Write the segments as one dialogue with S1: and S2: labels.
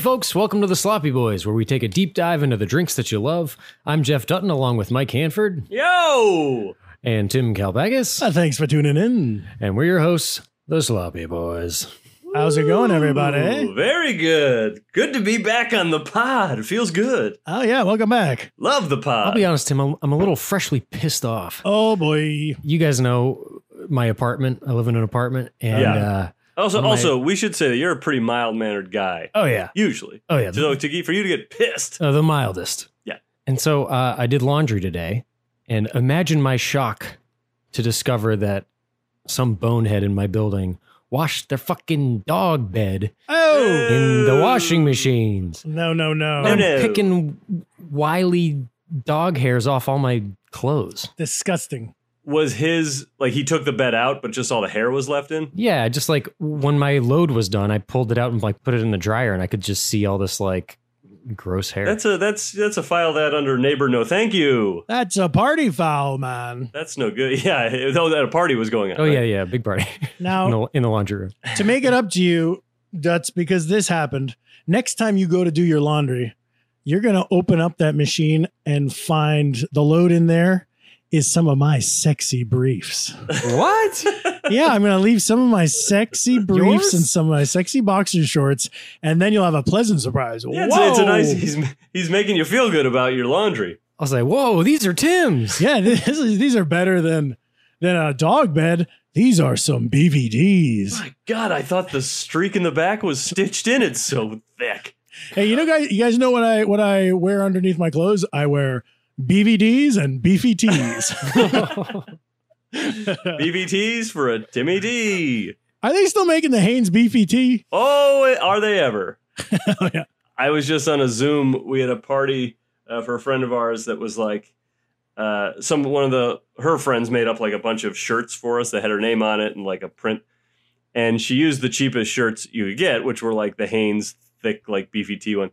S1: folks. Welcome to the Sloppy Boys, where we take a deep dive into the drinks that you love. I'm Jeff Dutton, along with Mike Hanford
S2: Yo!
S1: and Tim Kalbagis,
S3: Uh, thanks for tuning in.
S1: and we're your hosts, the Sloppy Boys.
S3: How's it going, everybody?
S2: Ooh, very good. Good to be back on the pod. It feels good.
S3: Oh yeah, welcome back.
S2: Love the pod.
S1: I'll be honest, Tim, I'm, I'm a little freshly pissed off.
S3: Oh boy,
S1: You guys know my apartment. I live in an apartment, and
S2: Yeah.
S1: uh,
S2: also,
S1: Am I-
S2: also, we should say that you're a pretty mild mannered guy.
S1: oh yeah,
S2: Usually,
S1: oh yeah, the,
S2: so to get for you to get pissed.
S1: uh, the mildest.
S2: Yeah.
S1: And so uh, I did laundry today, and imagine my shock to discover that some bonehead in my building washed their fucking dog bed
S3: oh
S1: in the washing machines.
S3: no, no, no,
S2: No,
S1: I'm
S2: no.
S1: picking wily dog hairs off all my clothes.
S3: disgusting.
S2: Was his like he took the bed out, but just all the hair was left in?
S1: Yeah, just like when my load was done, I pulled it out and like put it in the dryer, and I could just see all this like gross hair.
S2: That's a that's that's a file that under neighbor no thank you.
S3: That's a party foul, man.
S2: That's no good. Yeah, though that a party was going on.
S1: oh
S2: right?
S1: yeah, yeah, big party in,
S3: Now
S1: the, in the laundry room.
S3: to make it up to you, Dutz, because this happened. Next time you go to do your laundry, you're gonna open up that machine and find the load in there is some of my sexy briefs.
S1: What?
S3: yeah, I'm gonna leave some of my sexy briefs
S1: Yours?
S3: and some of my sexy boxer shorts, and then you'll have a pleasant surprise.
S2: Yeah, it's, it's a nice.
S3: Whoa.
S2: He's he's making you feel good about your laundry.
S1: I was like, whoa, these are Tim's.
S3: yeah, this is, these are better than than a dog bed. These are some BVDs.
S2: My God, I thought the streak in the back was stitched in. It's so thick.
S3: Hey, you know, guys, you guys know what I what I wear underneath my clothes? I wear BVDs and beefy tees.
S2: BBTs for a Timmy D.
S3: are they still making the Hanes beefy tee?
S2: Oh, are they ever?
S3: Oh, yeah.
S2: I was just on a Zoom. We had a party uh, for a friend of ours that was like, uh, some one of the her friends made up like a bunch of shirts for us that had her name on it and like a print. And she used the cheapest shirts you could get, which were like the Hanes thick, like beefy T one.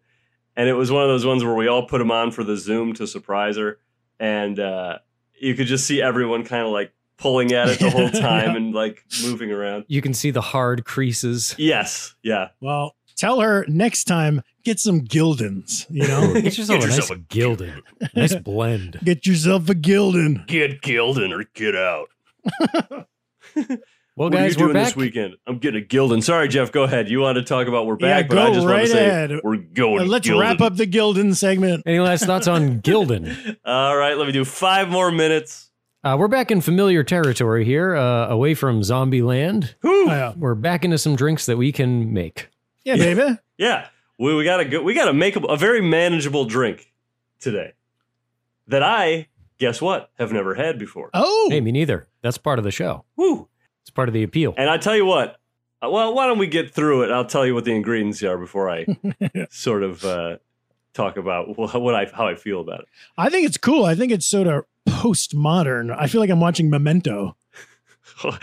S2: And it was one of those ones where we all put them on for the Zoom to surprise her, and uh, you could just see everyone kind of like pulling at it the whole time and like moving around.
S1: you can see the hard creases.
S2: Yes, yeah.
S3: Well, tell her next time get some Gildens. You know,
S1: It's just
S2: Get
S1: all a nice
S2: yourself a-
S1: gilded, nice blend.
S3: get yourself a Gilden.
S2: Get Gildan or get out.
S1: Well,
S2: what
S1: guys,
S2: are you
S1: we're
S2: doing
S1: back.
S2: this weekend? I'm getting a Gildan. Sorry, Jeff. Go ahead. You want to talk about we're
S3: Yeah,
S2: back, but I
S3: go
S2: just want
S3: right
S2: to say
S3: ahead.
S2: we're going.
S3: Uh, let's
S2: Gildan.
S3: wrap up the Gilden segment.
S1: Any last thoughts on Gildan?
S2: All right, let me do five more minutes.
S1: Uh, we're back in familiar territory here, uh, away from zombie land.
S3: Oh,
S2: Whew.
S3: yeah.
S1: We're back into some drinks that we can make.
S3: yeah, baby.
S2: Yeah, we, we gotta go. We gotta make a, a very manageable drink today that I guess what have never had before.
S3: Oh,
S1: Hey, me neither. That's part of the show.
S2: Whew.
S1: It's part of the appeal.
S2: And I tell you what. uh, Well, why don't we get through it? and I'll tell you what the ingredients are before I sort of uh, talk about wh- what I how I feel about it.
S3: I think it's cool. I think it's sort of postmodern. I feel like I'm watching Memento.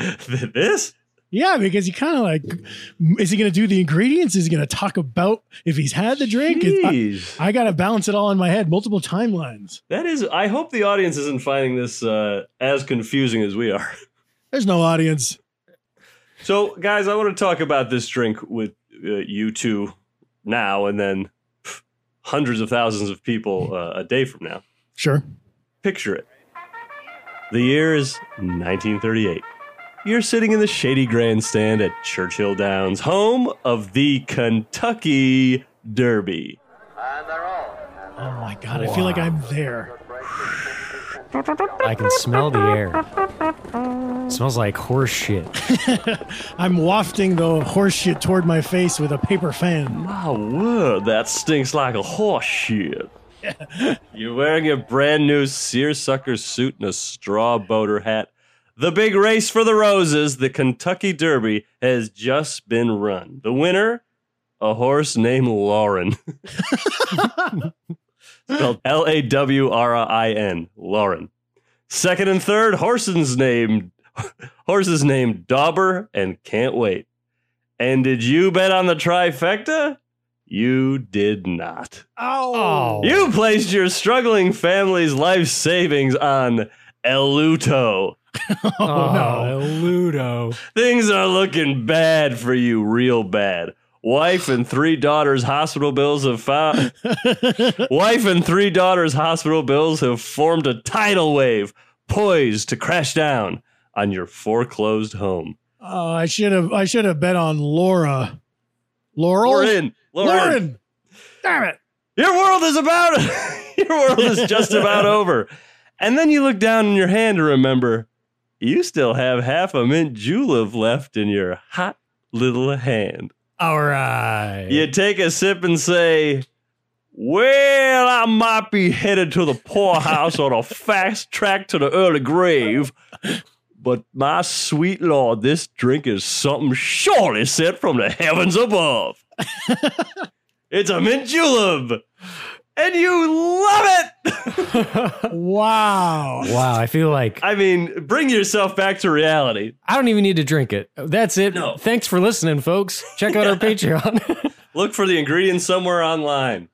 S2: this
S3: Yeah, because he kind of like, is he going to do the ingredients? Is he going to talk about if he's had the drink? It's- I-
S2: Jeez.
S3: I, got to balance it all in my head, multiple timelines.
S2: That is, I hope the audience isn't finding this uh, as confusing as we are.
S3: There's no audience.
S2: So, guys, I want to talk about this drink with uh, you two now and then pff, hundreds of thousands of people uh, a day from now.
S3: Sure.
S2: Picture it. The year is 1938. You're sitting in the shady grandstand at Churchill Downs, home of the Kentucky Derby.
S4: And they're all.
S3: Oh my God. I feel like I'm there.
S1: I can smell the air. It smells like horse shit.
S3: I'm wafting the horseshit toward my face with a paper fan.
S2: My word, that stinks like a horse shit. You're wearing your brand new seersucker suit and a straw boater hat. The big race for the roses, the Kentucky Derby, has just been run. The winner, a horse named Lauren. Spelled L A W R I N, Lauren. Second and third, horses named horses named Dauber and Can't Wait. And did you bet on the trifecta? You did not.
S1: Oh.
S2: You placed your struggling family's life savings on Eluto.
S3: Oh, no.
S1: Ludo.
S2: Things are looking bad for you, real bad. wife and three daughters hospital bills have fi- wife and three daughters hospital bills have formed a tidal wave poised to crash down on your foreclosed home.
S3: Oh, I should have I should have bet on Laura. Laurel?
S2: Lauren, Lauren,
S3: Lauren. Damn it.
S2: your world is about your world is just about over. And then you look down in your hand and remember you still have half a mint julep left in your hot little hand.
S3: All right.
S2: You take a sip and say, Well, I might be headed to the poorhouse on a fast track to the early grave, but my sweet lord, this drink is something surely sent from the heavens above. it's a mint julep, and you love it.
S3: Wow.
S1: Oh, Wow, I feel like
S2: I mean, bring yourself back to reality.
S1: I don't even need to drink it. That's it.
S2: No.
S1: Thanks for listening, folks. Check out our Patreon.
S2: Look for the ingredients somewhere online.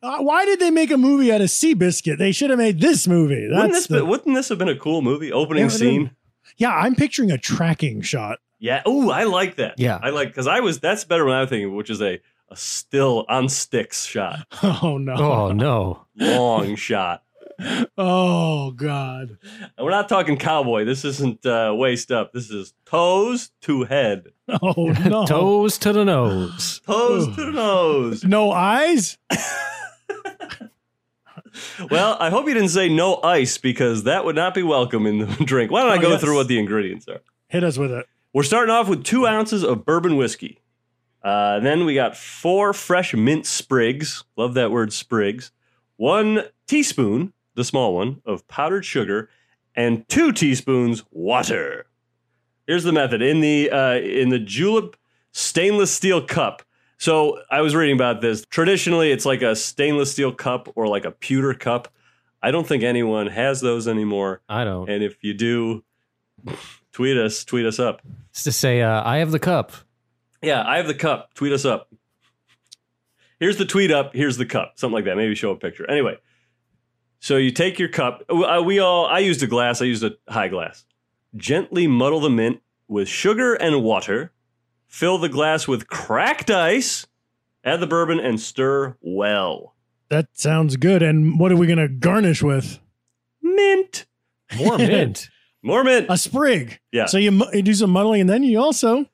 S3: Uh, why did they make a movie out of Seabiscuit? They should have made this movie. That's
S2: Wouldn't this,
S3: the-
S2: be, wouldn't this have been a cool movie opening
S3: Yeah, it
S2: scene?
S3: is. yeah, I'm picturing a tracking shot.
S2: Yeah. Oh, I like that.
S1: Yeah.
S2: I like because I was that's better than I was thinking, which is a a still on sticks shot,
S3: Oh no.
S1: oh no.
S2: long shot.
S3: Oh, god.
S2: And we're not talking cowboy. This isn't uh, waist up. This is toes to head,
S3: Oh no.
S1: Toes to the nose.
S2: toes
S3: Ugh.
S2: to the nose.
S3: no eyes?
S2: Well, I hope you didn't say no ice because that would not be welcome in the drink. Why don't I
S3: Oh,
S2: go
S3: yes.
S2: through what the ingredients are?
S3: Hit us with it.
S2: We're starting off with two ounces of bourbon whiskey. Uh, then we got four fresh mint sprigs. Love that word, sprigs. One teaspoon, the small one, of powdered sugar, and two teaspoons water. Here's the method in the uh, in the julep stainless steel cup. So I was reading about this. Traditionally, it's like a stainless steel cup or like a pewter cup. I don't think anyone has those anymore.
S1: I don't.
S2: And if you do, tweet us, tweet us up.
S1: It's to say, uh, I have the cup.
S2: Yeah, I have the cup. Tweet us up. Here's the tweet up. Here's the cup. Something like that. Maybe show a picture. Anyway, so you take your cup. uh, We all. I used a glass. I used a high glass. Gently muddle the mint with sugar and water. Fill the glass with cracked ice. Add the bourbon and stir well.
S3: That sounds good. And what are we going to garnish with?
S2: Mint.
S1: More mint.
S2: More mint.
S3: A sprig.
S2: Yeah.
S3: So you, mu- you do some muddling and then you also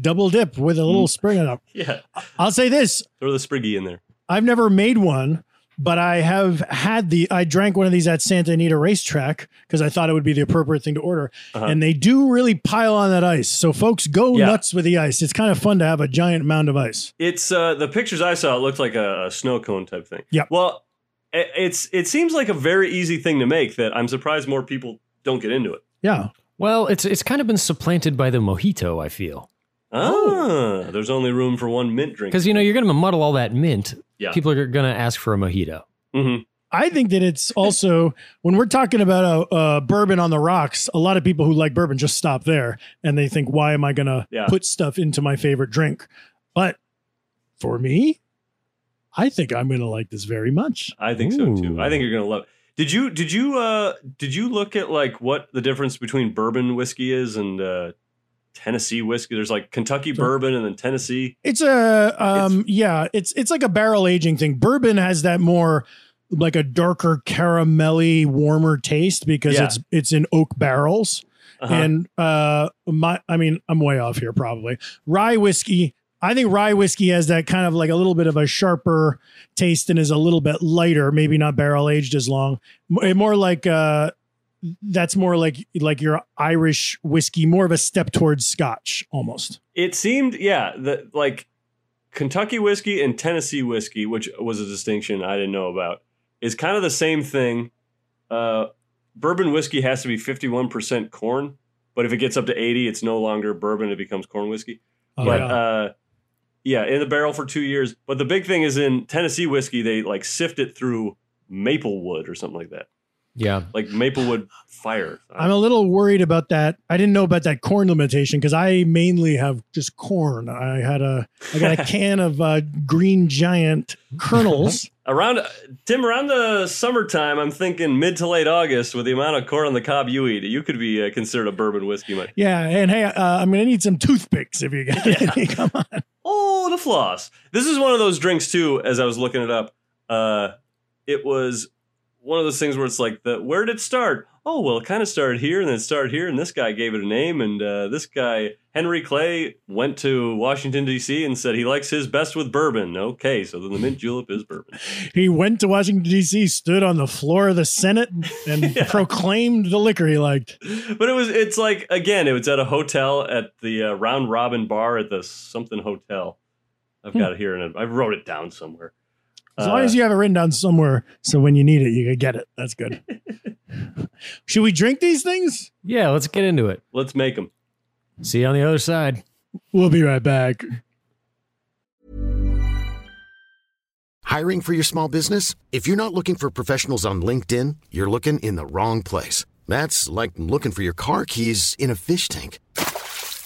S3: double dip with a
S2: Mm.
S3: little sprig on top.
S2: Yeah.
S3: I'll say this
S2: Throw the spriggy in there.
S3: I've never made one, but I have had the. I drank one of these at Santa Anita Racetrack because I thought it would be the appropriate thing to order.
S2: Uh-huh.
S3: And they do really pile on that ice. So, folks, go
S2: Yeah.
S3: nuts with the ice. It's kind of fun to have a giant mound of ice.
S2: It's uh, the pictures I saw. It looked like a, a snow cone type thing.
S3: Yep.
S2: Well, i- it's it seems like a very easy thing to make. That I'm surprised more people don't get into it.
S3: Yeah.
S1: Well, it's it's kind of been supplanted by the mojito, I feel.
S2: Oh, there's only room for one mint drink.
S1: Because you know, you're gonna muddle all that mint.
S2: Yeah.
S1: People are gonna ask for a mojito.
S2: Mhm.
S3: I think that it's also when we're talking about a, a bourbon on the rocks, a lot of people who like bourbon just stop there and they think, why am I going to
S2: Yeah.
S3: put stuff into my favorite drink? But for me, I think I'm going to like this very much.
S2: I think so too.
S1: Ooh.
S2: I think you're gonna love. It. Did you did you uh did you look at like what the difference between bourbon whiskey is and uh, Tennessee whiskey? There's like Kentucky
S3: Sure.
S2: bourbon and then Tennessee.
S3: It's a um yeah, it's it's like a barrel aging thing. Bourbon has that more like a darker caramelly, warmer taste because
S2: Yeah.
S3: it's it's in oak barrels.
S2: Uh-huh.
S3: And uh my I mean, I'm way off here probably. Rye whiskey I think rye whiskey has that kind of like a little bit of a sharper taste and is a little bit lighter, maybe not barrel aged as long. M- eh, More like uh that's more like like your Irish whiskey, more of a step towards Scotch almost.
S2: It seemed, yeah, that like Kentucky whiskey and Tennessee whiskey, which was a distinction I didn't know about, is kind of the same thing. Uh, bourbon whiskey has to be fifty-one percent corn, but if it gets up to eighty, it's no longer bourbon; it becomes corn whiskey. but
S3: yeah.
S2: uh, yeah, in the barrel for two years. But the big thing is in Tennessee whiskey, they like sift it through maple wood or something like that,
S1: Yeah.
S2: like maple wood fire.
S3: I'm a little worried about that. I didn't know about that corn limitation because I mainly have just corn. I had a I got a can of uh, green giant kernels.
S2: Around Tim, around the summertime, I'm thinking mid to late August, with the amount of corn on the cob you eat, you could be uh, considered a bourbon whiskey. Mike.
S3: yeah, and hey, uh, I'm gonna need some toothpicks if you got
S2: Yeah.
S3: any. Come on.
S2: Oh, toilet of floss. This is one of those drinks too. As I was looking it up, uh, it was one of those things where it's like the where did it start? Oh well, it kind of started here and then it started here, and this guy gave it a name, and uh, this guy Henry Clay went to Washington D.C. and said he likes his best with bourbon. Okay, so then the mint julep is bourbon.
S3: He went to Washington, D.C., stood on the floor of the Senate, and
S2: Yeah.
S3: proclaimed the liquor he liked.
S2: But it was it's like again, it was at a hotel at the uh, Round Robin Bar at the something hotel. I've got it here and I wrote it down somewhere.
S3: Hmm.
S2: Uh,
S3: As long as you have it written down somewhere, so when you need it, you can get it. That's good. Should we drink these things?
S1: Yeah, let's get into it.
S2: Let's make them.
S1: See you on the other side.
S3: We'll be right back.
S4: Hiring for your small business? If you're not looking for professionals on LinkedIn, you're looking in the wrong place. That's like looking for your car keys in a fish tank.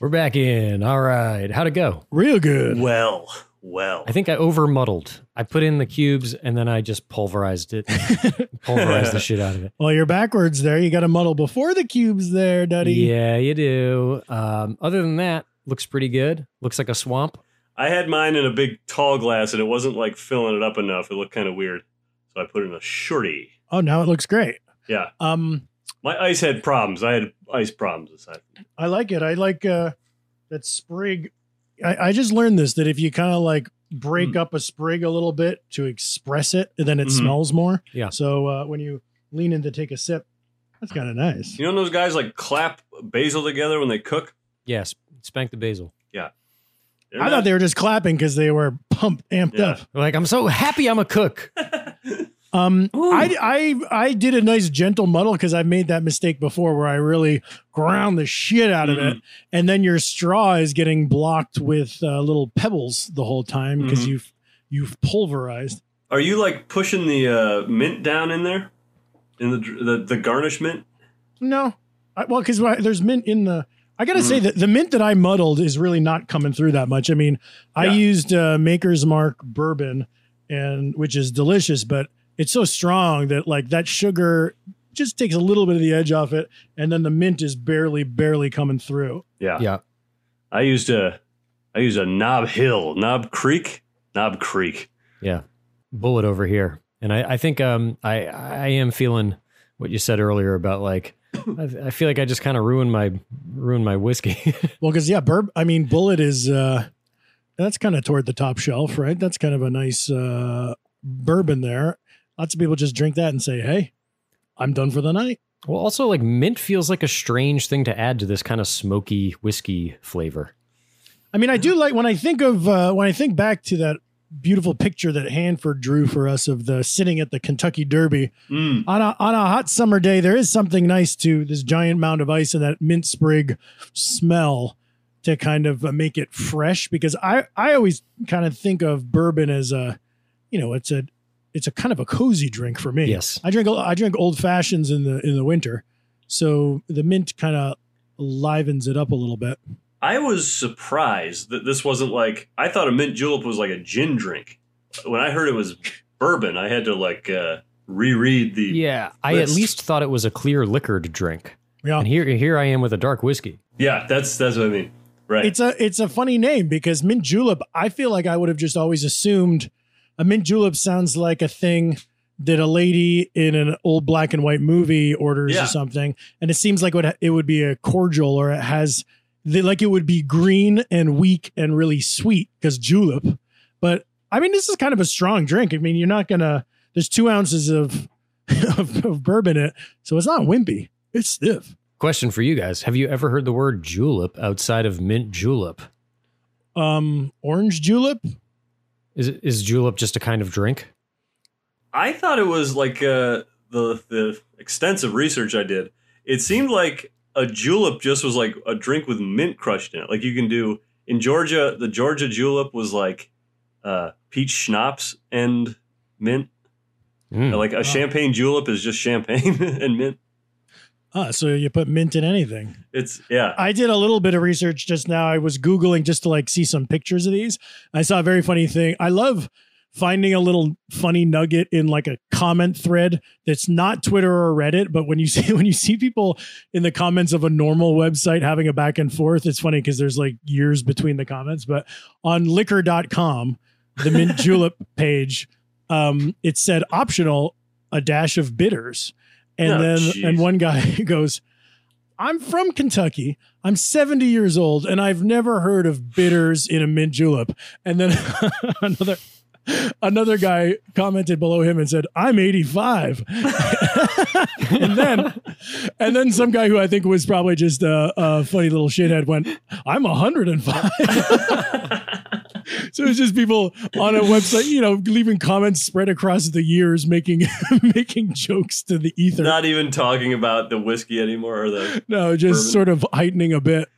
S1: We're back in. All right. How'd it go?
S3: Real good.
S2: Well, well.
S1: I think I over muddled. I put in the cubes and then I just pulverized it. pulverized the shit out of it.
S3: Well, you're backwards there. You got to muddle before the cubes there, Duddy.
S1: Yeah, you do. Um, other than that, looks pretty good. Looks like a swamp.
S2: I had mine in a big tall glass and it wasn't like filling it up enough. It looked kind of weird. So I put in a shorty.
S3: Oh, now it looks great.
S2: Yeah.
S3: Um,
S2: My ice had problems. I had ice problems aside.
S3: I like it. I like uh, that sprig. I, I just learned this that if you kind of like break
S1: Mm.
S3: up a sprig a little bit to express it, then it
S2: Mhm.
S3: smells more.
S1: Mm-hmm. Yeah.
S3: So uh, when you lean in to take a sip, that's kind of nice.
S2: You know those guys like clap basil together when they cook?
S1: Yes. Spank the basil.
S2: They're
S3: I
S2: not-
S3: thought they were just clapping because they were pumped, amped
S2: Yeah.
S3: up.
S1: Like, I'm so happy I'm a cook.
S3: Um, I, I I did a nice gentle muddle because I made that mistake before where I really ground the shit out of it, and then your straw is getting blocked with uh, little pebbles the whole time because
S2: Mhm.
S3: you've you've pulverized.
S2: Are you like pushing the uh, mint down in there? In the dr- the, the garnishment?
S3: No, I, well, because there's mint in the. I gotta say that the mint that I muddled is really not coming through that much. I mean, I
S2: Yeah.
S3: used uh, Maker's Mark bourbon, and which is delicious, but it's so strong that like that sugar just takes a little bit of the edge off it, and then the mint is barely, barely coming through.
S2: Yeah.
S1: Yeah.
S2: I used a I used a Knob Hill, Knob Creek, Knob Creek.
S1: Yeah. Bullet over here. And I, I think um, I, I am feeling what you said earlier about like, I, I feel like I just kind of ruined my ruined my whiskey.
S3: Well, because yeah, burb. I mean, bullet is uh, that's kind of toward the top shelf, right? That's kind of a nice uh, bourbon there. Lots of people just drink that and say, "Hey, I'm done for the night."
S1: well, also like mint feels like a strange thing to add to this kind of smoky whiskey flavor.
S3: I mean, I do like when I think of uh, when I think back to that beautiful picture that Hanford drew for us of the sitting at the Kentucky Derby
S2: Mm.
S3: on a on a hot summer day. There is something nice to this giant mound of ice and that mint sprig smell to kind of uh, make it fresh. Because I I always kind of think of bourbon as a you know it's a it's a kind of a cozy drink for me.
S1: Yes.
S3: I drink I drink old fashions in the in the winter, so the mint kind of livens it up a little bit.
S2: I was surprised that this wasn't like I thought a mint julep was like a gin drink. When I heard it was bourbon, I had to like uh, reread the
S1: Yeah. I at
S2: List.
S1: least thought it was a clear liquor to drink.
S3: Yeah.
S1: And here here I am with a dark whiskey.
S2: Yeah, that's that's what I mean. Right.
S3: It's a it's a funny name because mint julep. I feel like I would have just always assumed a mint julep sounds like a thing that a lady in an old black and white movie orders
S2: Yeah.
S3: or something, and it seems like what it would be a cordial or it has the, like it would be green and weak and really sweet because julep. But I mean, this is kind of a strong drink. I mean, you're not gonna. There's two ounces of of, of bourbon in it, so it's not wimpy. It's stiff.
S1: Question for you guys: Have you ever heard the word julep outside of mint julep?
S3: Um, orange julep.
S1: Is is julep just a kind of drink?
S2: I thought it was like uh, the the extensive research I did. It seemed like a julep just was like a drink with mint crushed in it. Like you can do in Georgia, the Georgia julep was like uh, peach schnapps and mint.
S1: Mm.
S2: Like a champagne julep is just champagne and mint.
S3: Ah, so you put mint in anything.
S2: It's yeah.
S3: I did a little bit of research just now. I was Googling just to like see some pictures of these. I saw a very funny thing. I love finding a little funny nugget in like a comment thread that's not Twitter or Reddit, but when you see when you see people in the comments of a normal website having a back and forth, it's funny because there's like years between the comments. But on liquor.com, the mint julep page, um, it said optional, a dash of bitters. And
S2: Oh,
S3: then
S2: geez.
S3: and one guy goes, I'm from Kentucky. I'm 70 years old and I've never heard of bitters in a mint julep. And then another another guy commented below him and said, "I'm 85." and then and then some guy who I think was probably just a, a funny little shithead went, "I'm 105." so it's just people on a website, you know, leaving comments spread across the years making making jokes to the ether.
S2: Not even talking about the whiskey anymore or the
S3: no, just
S2: Bourbon.
S3: sort of heightening a bit.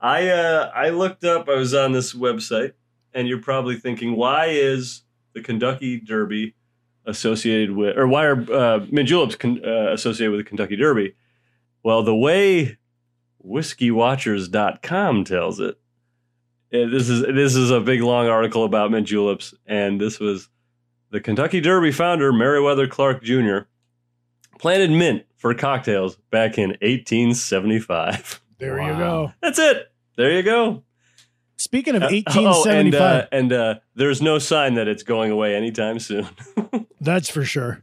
S2: I uh, I looked up. I was on this website, and you're probably thinking, why is the Kentucky Derby associated with, or why are uh, mint juleps con- uh, associated with the Kentucky Derby? Well, the way WhiskeyWatchers.com tells it, eh, this is this is a big long article about mint juleps, and this was the Kentucky Derby founder Meriwether Clark Jr. planted mint for cocktails back in 1875.
S3: There you
S1: Wow.
S3: go.
S2: That's it. There you go.
S3: Speaking of
S2: Uh,
S3: 1875,
S2: Oh, and uh, and uh, there's no sign that it's going away anytime soon.
S3: That's for sure.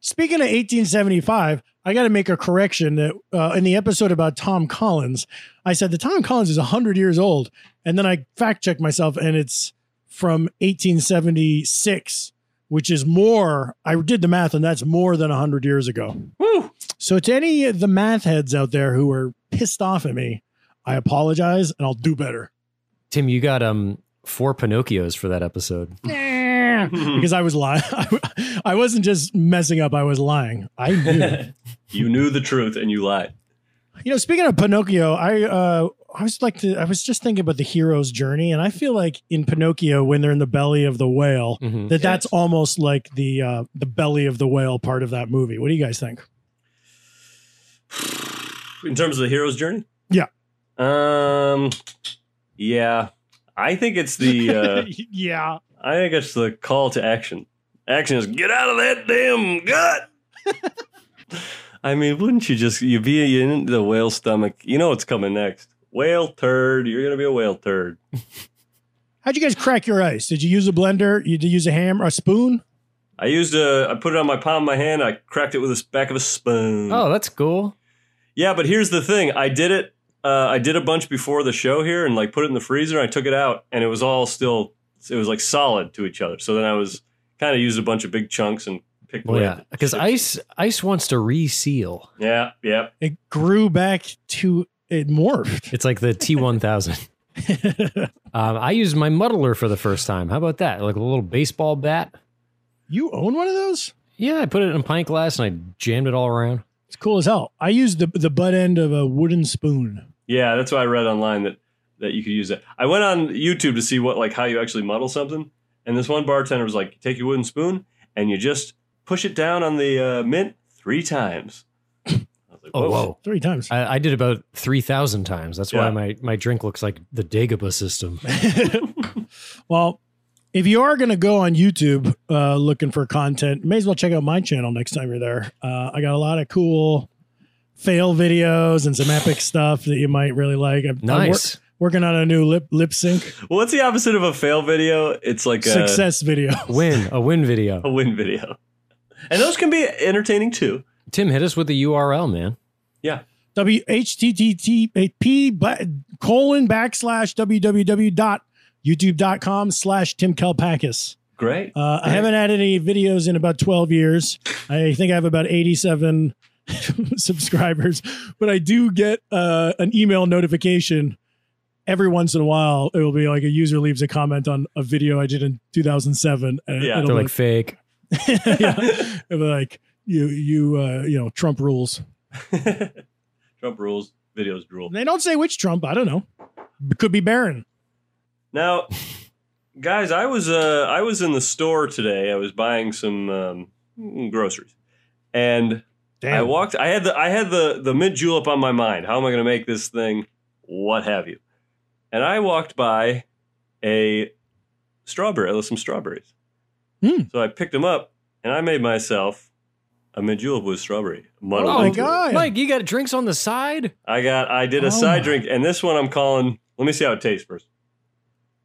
S3: Speaking of 1875, I got to make a correction that uh, in the episode about Tom Collins, I said the Tom Collins is 100 years old. And then I fact checked myself and it's from 1876, which is more. I did the math and that's more than 100 years ago.
S2: Woo.
S3: So to any of the math heads out there who are pissed off at me, I apologize and I'll do better
S1: Tim, you got um four Pinocchios for that episode.
S3: because I was lying. I wasn't just messing up, I was lying. I knew.
S2: you knew the truth and you lied.
S3: You know, speaking of Pinocchio, I uh, I was like to, I was just thinking about the hero's journey, and I feel like in Pinocchio, when they're in the belly of the whale,
S1: Mhm.
S3: that that's almost like the uh, the belly of the whale part of that movie. What do you guys think?
S2: In terms of the hero's journey.
S3: Yeah.
S2: Um. Yeah. I think it's the. Uh,
S3: yeah,
S2: I think it's the call to action. Action is get out of that damn gut. I mean, wouldn't you just you be in the whale stomach? You know what's coming next. Whale turd. You're gonna be a whale turd.
S3: how'd you guys crack your ice? Did you use a blender? You did you use a hammer, a spoon?
S2: I used a. I put it on my palm of my hand. I cracked it with the back of a spoon.
S1: Oh, that's cool.
S2: Yeah, but here's the thing. I did it. Uh, I did a bunch before the show here, and like put it in the freezer. I took it out, and it was all still. It was like solid to each other. So then I was kind of used a bunch of big chunks and picked
S1: Well,
S2: away.
S1: yeah, because ice ice wants to reseal.
S2: Yeah, yeah.
S3: It grew back to it morphed.
S1: It's like the T one thousand. Um, I used my muddler for the first time. How about that? Like a little baseball bat.
S3: you own one of those?
S1: Yeah, I put it in a pint glass and I jammed it all around.
S3: It's cool as hell. I used the the butt end of a wooden spoon.
S2: Yeah, that's why I read online that that you could use it. I went on YouTube to see what like how you actually muddle something, and this one bartender was like, "Take your wooden spoon and you just push it down on the uh, mint three times." I was like,
S1: Oh, whoa.
S3: Three times.
S1: I, I did about 3,000 times. That's
S2: Yeah.
S1: why my, my drink looks like the Dagobah system.
S3: Well, if you are going to go on YouTube uh, looking for content, may as well check out my channel next time you're there. Uh, I got a lot of cool fail videos and some epic stuff that you might really like. I'm, I'm wor-
S1: Nice.
S3: working on a new lip lip sync
S2: Well, what's the opposite of a fail video? It's like a
S3: success video.
S1: Win, a win
S2: a
S1: video.
S2: win video. And those can be entertaining too.
S1: Tim, hit us with the URL, man.
S2: Yeah.
S3: WHTTP ba- colon backslash www.youtube.com slash Tim Kalpakis.
S2: Great.
S3: Uh, I haven't had any videos in about 12 years. I think I have about 87 subscribers, but I do get uh, an email notification every once in a while. It will be like a user leaves a comment on a video I did in 2007. And
S2: Yeah.
S3: it'll
S1: They're
S3: be
S1: like fake.
S3: like, yeah, it'll be like you, you, uh, you know, Trump rules.
S2: Trump rules, videos drool.
S3: They don't say which Trump. I don't know. Could be Barron.
S2: Now, guys, I was uh, I was in the store today. I was buying some um, groceries, and I
S3: Damn.
S2: walked. I had the I had the the mint julep on my mind. How am I going to make this thing? What have you? And I walked by a strawberry. I some strawberries.
S3: Hmm.
S2: So I picked them up and I made myself a mint julep with strawberry. Muddled
S3: oh my
S2: into it.
S3: god!
S1: Mike, you got drinks on the side?
S2: I got. I did a
S3: Oh
S2: side
S3: my.
S2: drink, and this one I'm calling. Let me see how it tastes first.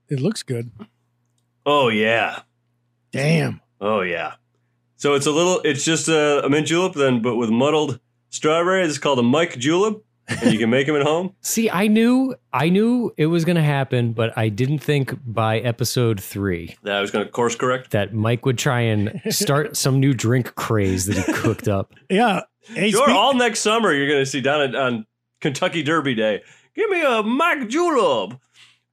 S3: it looks good.
S2: Oh yeah.
S3: Damn.
S2: Oh yeah. So it's a little. It's just a, a mint julep then, but with muddled strawberries. It's called a Mike julep, and you can make them at home.
S1: See, I knew I knew it was gonna happen, but I didn't think by episode three
S2: That I was going to course correct.
S1: that Mike would try and start some new drink craze that he cooked up.
S3: Yeah. Hey,
S2: You're
S3: speak-
S2: all next summer. You're going to see down at, on Kentucky Derby Day. Give me a Mike julep.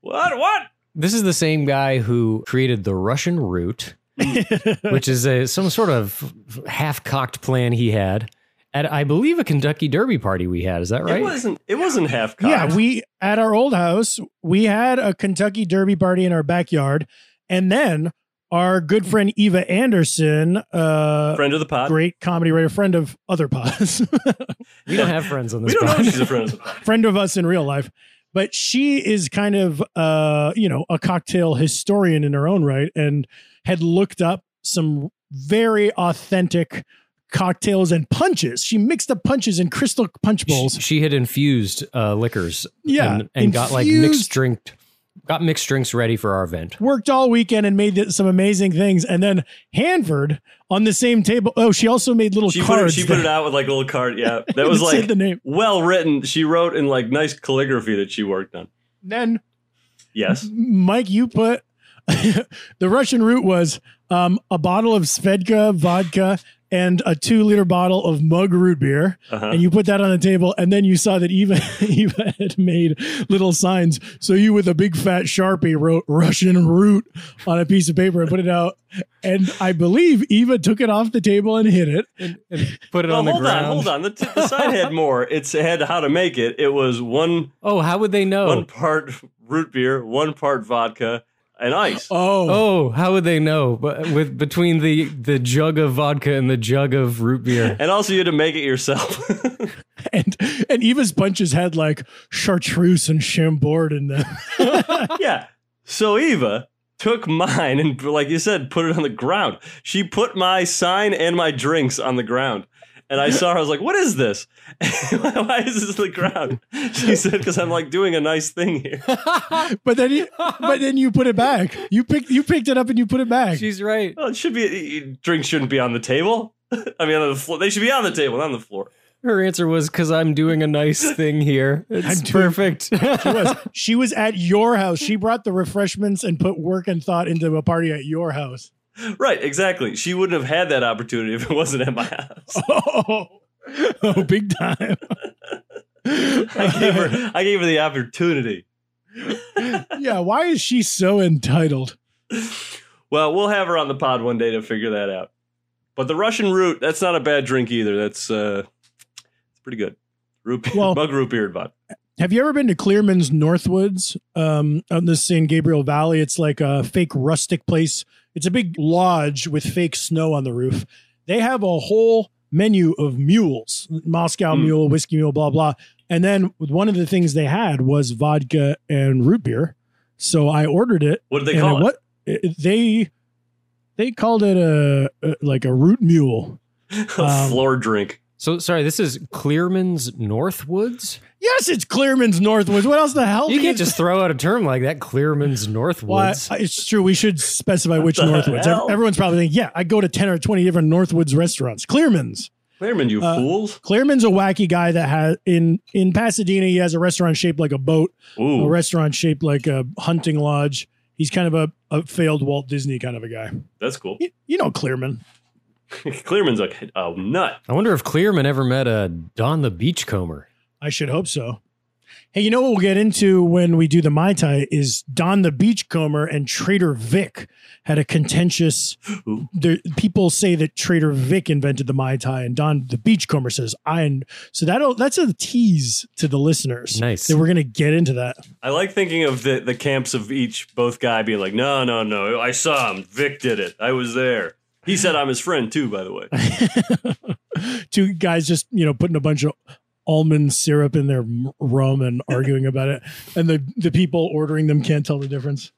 S2: What? What?
S1: This is the same guy who created the Russian root, which is a some sort of half-cocked plan he had at I believe a Kentucky Derby party we had. Is that right?
S2: It wasn't. It wasn't half cocked.
S3: Yeah, we at our old house, we had a Kentucky Derby party in our backyard, and then our good friend Eva Anderson, uh,
S2: Hmm. friend of the pot.
S3: great comedy writer, friend of other pods,
S1: we don't have friends on
S2: We
S1: this.
S2: don't know
S1: pod.
S2: if she's a friend of the pot.
S3: friend of us in real life. But she is kind of, uh, you know, a cocktail historian in her own right, and had looked up some very authentic cocktails and punches. She mixed up punches in crystal punch
S1: She,
S3: bowls.
S1: she had infused uh, liquors,
S3: Yeah,
S1: and, and got like
S3: infused-
S1: mixed drink, got mixed drinks ready for our event.
S3: worked all weekend and made some amazing things. And then Hanford on the same table. Oh, she also made little
S2: She put, it,
S3: cards.
S2: she put
S3: that-
S2: it out with like a little card. Yeah, that was
S3: that said
S2: like
S3: the name.
S2: well written. She wrote in like nice calligraphy that she worked on.
S3: Then
S2: Yes.
S3: Mike, you put the Russian root was um, a bottle of Svedka vodka and a two liter bottle of mug root beer.
S2: Uh-huh.
S3: And you put that on the table, and then you saw that Eva, Eva had made little signs. So you, with a big fat sharpie, wrote Russian root on a piece of paper and put it out. And I believe Eva took it off the table and hid it.
S1: Put it
S2: Well,
S1: on the
S2: hold
S1: ground.
S2: on, hold on. The, t- the side had more. It's it had how to make it. It was one
S1: Oh, how would they know?
S2: one part root beer, one part vodka, and ice.
S1: Oh, how would they know? But with between the the jug of vodka and the jug of root beer.
S2: And also, you had to make it yourself.
S3: and and Eva's punches had like chartreuse and chambord in them.
S2: yeah. So Eva took mine and, like you said, put it on the ground. She put my sign and my drinks on the ground. And I saw her. I was like, "What is this? Why is this on the ground?" She said, "Because I'm like doing a nice thing here."
S3: but then you, but then you put it back. You picked you picked it up and you put it back.
S1: She's right.
S2: Well, it should be e, drinks shouldn't be on the table. I mean, on the floor. They should be on the table, not on the floor.
S1: Her answer was because I'm doing a nice thing here. It's
S3: I'm doing-
S1: perfect.
S3: She was. She was at your house. She brought the refreshments and put work and thought into a party at your house.
S2: Right, exactly. She wouldn't have had that opportunity if it wasn't at my house.
S3: Oh, oh big time.
S2: I gave her, I gave her the opportunity.
S3: yeah, why is she so entitled?
S2: Well, we'll have her on the pod one day to figure that out. But the Russian root, that's not a bad drink either. That's uh, it's pretty good. Root beer,
S3: Well-
S2: bug root beer vodka.
S3: Have you ever been to Clearman's Northwoods um, on the San Gabriel Valley? It's like a fake rustic place. It's a big lodge with fake snow on the roof. They have a whole menu of mules, Moscow
S2: Hmm.
S3: mule, whiskey mule, blah, blah. And then one of the things they had was vodka and root beer. So I ordered it.
S2: What did they
S3: and
S2: call it?
S3: what it- they they called it a, a like a root mule.
S2: a
S3: um,
S2: floor drink.
S1: So sorry, this is Clearman's Northwoods.
S3: Yes, it's Clearman's Northwoods. What else the hell?
S1: You
S3: do
S1: can't just throw out a term like that, Clearman's
S3: Well,
S1: Northwoods.
S3: I- uh, it's true. We should specify which
S2: the
S3: Northwoods. Ev-
S2: hell?
S3: Everyone's probably thinking, yeah, I go to 10 or 20 different Northwoods restaurants. Clearman's.
S2: Clearman, you
S3: Uh,
S2: fools.
S3: Clearman's a wacky guy that has in in Pasadena. He has a restaurant shaped like a boat, a
S2: Ooh.
S3: restaurant shaped like a hunting lodge. He's kind of a, a failed Walt Disney kind of a guy.
S2: That's cool.
S3: You, you know Clearman.
S2: Clearman's a, a nut.
S1: I wonder if Clearman ever met a Don the Beachcomber.
S3: I should hope so. Hey, you know what we'll get into when we do the Mai Tai is Don the Beachcomber and Trader Vic had a contentious.
S2: Ooh.
S3: There, people say that Trader Vic invented the Mai Tai, and Don the Beachcomber says I. And so that'll that's a tease to the listeners.
S1: Nice.
S3: That we're gonna get into that.
S2: I like thinking of the, the camps of each both guy being like, no, no, no. I saw him. Vic did it. I was there. He said I'm his friend too, by the way.
S3: Two guys just you know putting a bunch of almond syrup in their m- rum and arguing about it, and the the people ordering them can't tell the difference.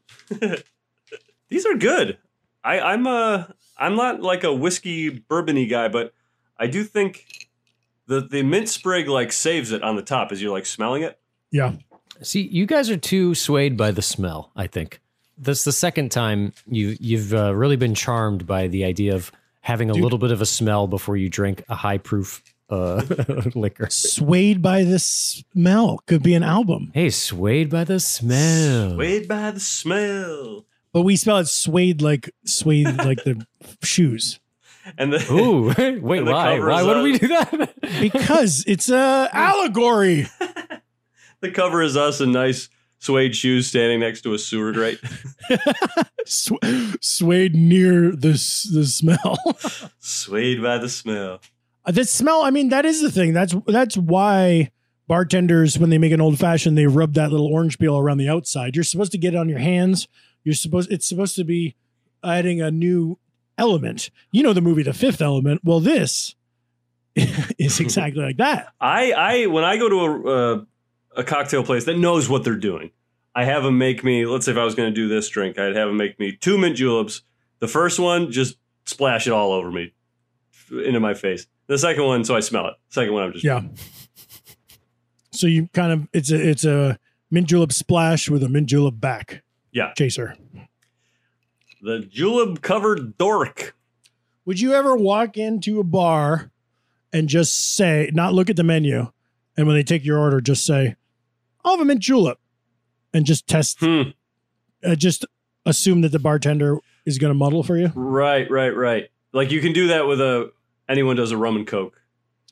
S2: These are good. I, I'm a I'm not like a whiskey bourbony guy, but I do think the the mint sprig like saves it on the top as you're like smelling it.
S3: Yeah.
S1: See, you guys are too swayed by the smell. I think that's the second time you you've uh, really been charmed by the idea of having a
S3: Dude.
S1: little bit of a smell before you drink a high proof uh, liquor.
S3: Swayed by the smell could be an album,
S1: Hey, swayed by the smell.
S2: Swayed by the smell.
S3: but we spell it swayed like swayed like the shoes
S2: And the
S1: Ooh, wait,
S2: the
S1: why?
S2: cover's
S1: Why would
S2: up.
S1: we do that?
S3: because it's a allegory.
S2: the cover is us in nice suede shoes standing next to a sewer grate.
S3: Sw- swayed near the s- the smell.
S2: Swayed by the smell.
S3: Uh, The smell, I mean, that is the thing. That's that's why bartenders, when they make an old fashioned, they rub that little orange peel around the outside. You're supposed to get it on your hands. You're supposed it's supposed to be adding a new element. You know the movie The Fifth Element. Well, this is exactly like that.
S2: I I when I go to a uh, a cocktail place that knows what they're doing, I have them make me. Let's say if I was going to do this drink, I'd have them make me two mint juleps. The first one, just splash it all over me, into my face. The second one, so I smell it. Second one, I'm just
S3: Yeah. So you kind of it's a it's a mint julep splash with a mint julep back.
S2: Yeah.
S3: Chaser.
S2: the julep covered dork.
S3: Would you ever walk into a bar and just say, not look at the menu, and when they take your order, just say, "I'll have a mint julep," and just test,
S2: Hmm.
S3: uh, just assume that the bartender is going to muddle for you?
S2: Right, right, right. Like you can do that with a anyone does a rum and coke.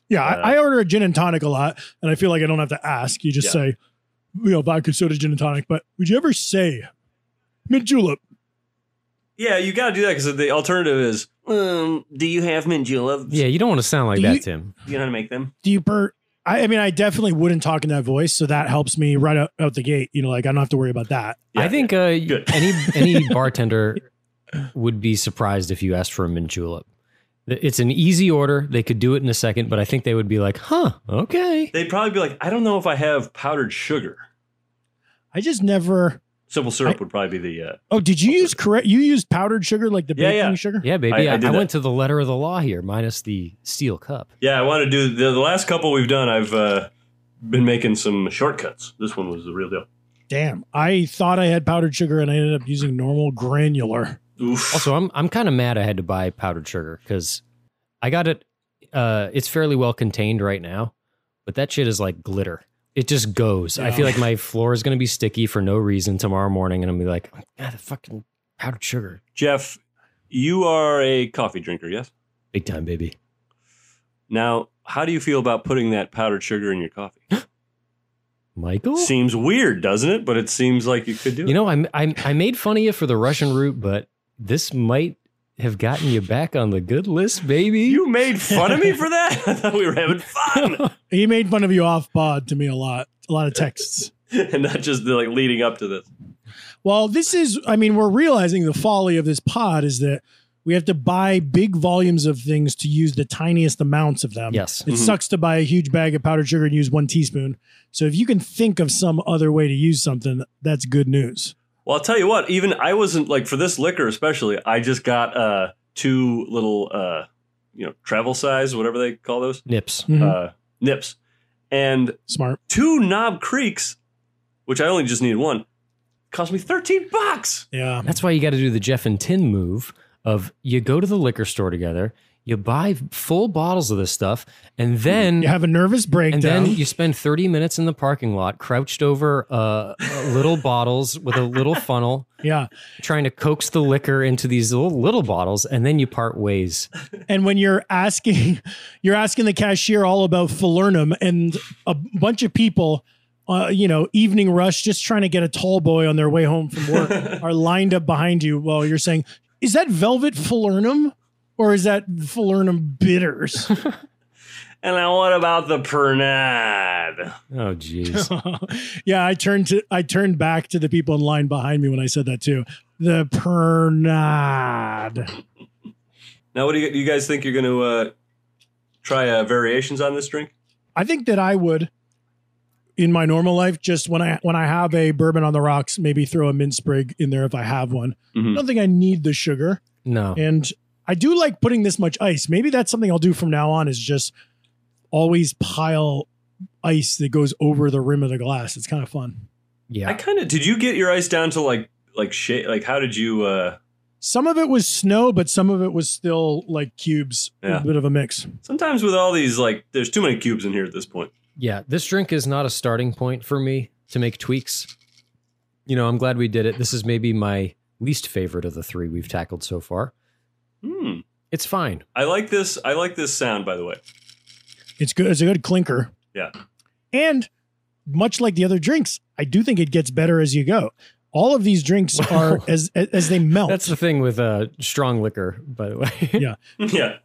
S3: Yeah,
S2: Uh,
S3: I, I order a gin and tonic a lot, and I feel like I don't have to ask. You just
S2: Yeah.
S3: say, you know, vodka soda gin and tonic. But would you ever say mint julep?
S2: Yeah, you got to do that because the alternative is, um, do you have mint juleps?
S1: yeah, you don't want to sound like
S3: Do
S1: that,
S3: you-
S1: Tim.
S2: you know how to make them.
S3: Deeper. I, I mean, I definitely wouldn't talk in that voice, so that helps me right out, out the gate. You know, like I don't have to worry about that.
S1: I
S2: Yeah,
S1: think uh,
S2: Good.
S1: any any bartender would be surprised if you asked for a mint julep. It's an easy order; they could do it in a second, but I think they would be like, "Huh, okay."
S2: They'd probably be like, I don't know if I have powdered sugar.
S3: I just never.
S2: Simple syrup would probably be the. Uh,
S3: Oh, did you use correct? You used powdered sugar, like the
S2: Yeah,
S3: baking
S2: yeah.
S3: sugar.
S1: Yeah, baby,
S2: I- I
S1: I,
S2: did
S1: I
S2: that.
S1: went to the letter of the law here, minus the steel cup.
S2: yeah, I want to do the, the last couple we've done. I've uh, been making some shortcuts. This one was the real deal.
S3: Damn, I thought I had powdered sugar, and I ended up using normal granular.
S2: Oof.
S1: Also, I'm I'm kind of mad I had to buy powdered sugar because I got it. Uh, it's fairly well contained right now, but that shit is like glitter. It just goes. I
S3: Yeah.
S1: feel like my floor is gonna be sticky for no reason tomorrow morning, and I'm gonna be like, "Oh "God, the fucking powdered sugar,
S2: Jeff, you are a coffee drinker, yes?
S1: big time, baby."
S2: Now, how do you feel about putting that powdered sugar in your coffee?
S1: Michael,
S2: Seems weird, doesn't it? But it seems like you could do it.
S1: you know, I'm, I'm I made fun of you for the Russian route, but this might have gotten you back on the good list, baby.
S2: You made fun of me for that? I thought we were having fun.
S3: He made fun of you off pod to me a lot, a lot of texts.
S2: and not just the, like leading up to this.
S3: well, this is. I mean, we're realizing the folly of this pod is that we have to buy big volumes of things to use the tiniest amounts of them.
S1: yes.
S3: It
S2: Mhm.
S3: sucks to buy a huge bag of powdered sugar and use one teaspoon. So if you can think of some other way to use something, that's good news.
S2: Well, I'll tell you what, even I wasn't like for this liquor especially, I just got uh two little uh you know travel size, whatever they call those
S1: Nips.
S3: Mhm.
S2: uh, nips, and
S3: Smart.
S2: two knob creeks, which I only just needed one, cost me thirteen bucks.
S3: Yeah.
S1: That's why you got to do the Jeff and Tin move of you go to the liquor store together, you buy full bottles of this stuff, and then
S3: You have a nervous
S1: and
S3: breakdown.
S1: then you spend 30 minutes in the parking lot crouched over uh, little bottles with a little funnel
S3: yeah.
S1: trying to coax the liquor into these little, little bottles and then you part ways.
S3: And when you're asking, you're asking the cashier all about falernum and a bunch of people, uh, you know, evening rush, just trying to get a tall boy on their way home from work are lined up behind you while you're saying, is that velvet falernum or is that falernum bitters?
S2: And now what about the Pernod?
S1: Oh jeez.
S3: yeah. I turned to, I turned back to the people in line behind me when I said that too. The pernod.
S2: Now, what do you, do you guys think you're going to uh, try uh, variations on this drink?
S3: I think that I would in my normal life just when I when I have a bourbon on the rocks, maybe throw a mint sprig in there if I have one. I
S2: Mhm.
S3: don't think I need the sugar
S1: No.
S3: and I do like putting this much ice. Maybe that's something I'll do from now on is just always pile ice that goes over the rim of the glass. It's kind of fun.
S2: I
S1: Yeah.
S2: kind of did. You get your ice down to like like shape. Like how did you? uh
S3: Some of it was snow, but some of it was still like cubes,
S2: Yeah.
S3: a bit of a mix.
S2: Sometimes with all these, like there's too many cubes in here at this point.
S1: Yeah. This drink is not a starting point for me to make tweaks. You know, I'm glad we did it. This is maybe my least favorite of the three we've tackled so far.
S2: Hmm.
S1: It's fine.
S2: I like this. I like this sound, by the way.
S3: It's good. It's a good clinker.
S2: Yeah.
S3: And much like the other drinks, I do think it gets better as you go. All of these drinks are as as they melt.
S1: That's the thing with uh, strong liquor, by the way.
S3: Oh. Yeah.
S2: yeah,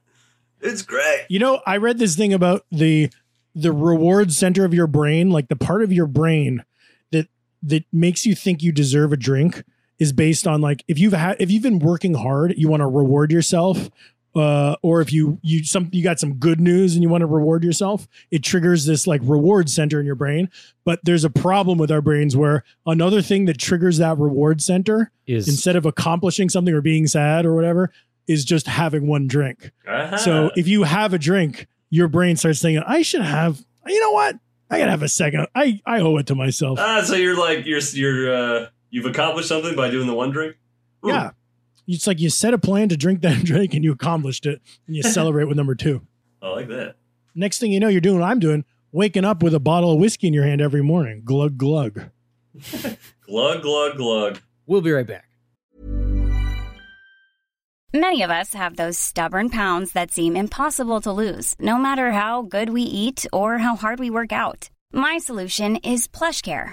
S2: it's great.
S3: you know, I read this thing about the the reward center of your brain, like the part of your brain that that makes you think you deserve a drink is based on like if you've had if you've been working hard, you want to reward yourself. Uh, or if you you some you got some good news and you want to reward yourself, it triggers this like reward center in your brain. But there's a problem with our brains where another thing that triggers that reward center
S1: Is
S3: instead of accomplishing something or being sad or whatever is just having one drink.
S2: Uh-huh.
S3: So if you have a drink, your brain starts thinking, I should have, you know what? I gotta have a second. I, I owe it to myself.
S2: ah, so you're like you're you're uh, you've accomplished something by doing the one drink. Hmm.
S3: yeah. It's like you set a plan to drink that drink and you accomplished it and you celebrate with number two.
S2: I like that.
S3: Next thing you know, you're doing what I'm doing, waking up with a bottle of whiskey in your hand every morning. Glug, glug.
S2: Glug glug glug.
S1: we'll be right back.
S5: Many of us have those stubborn pounds that seem impossible to lose, no matter how good we eat or how hard we work out. My solution is PlushCare.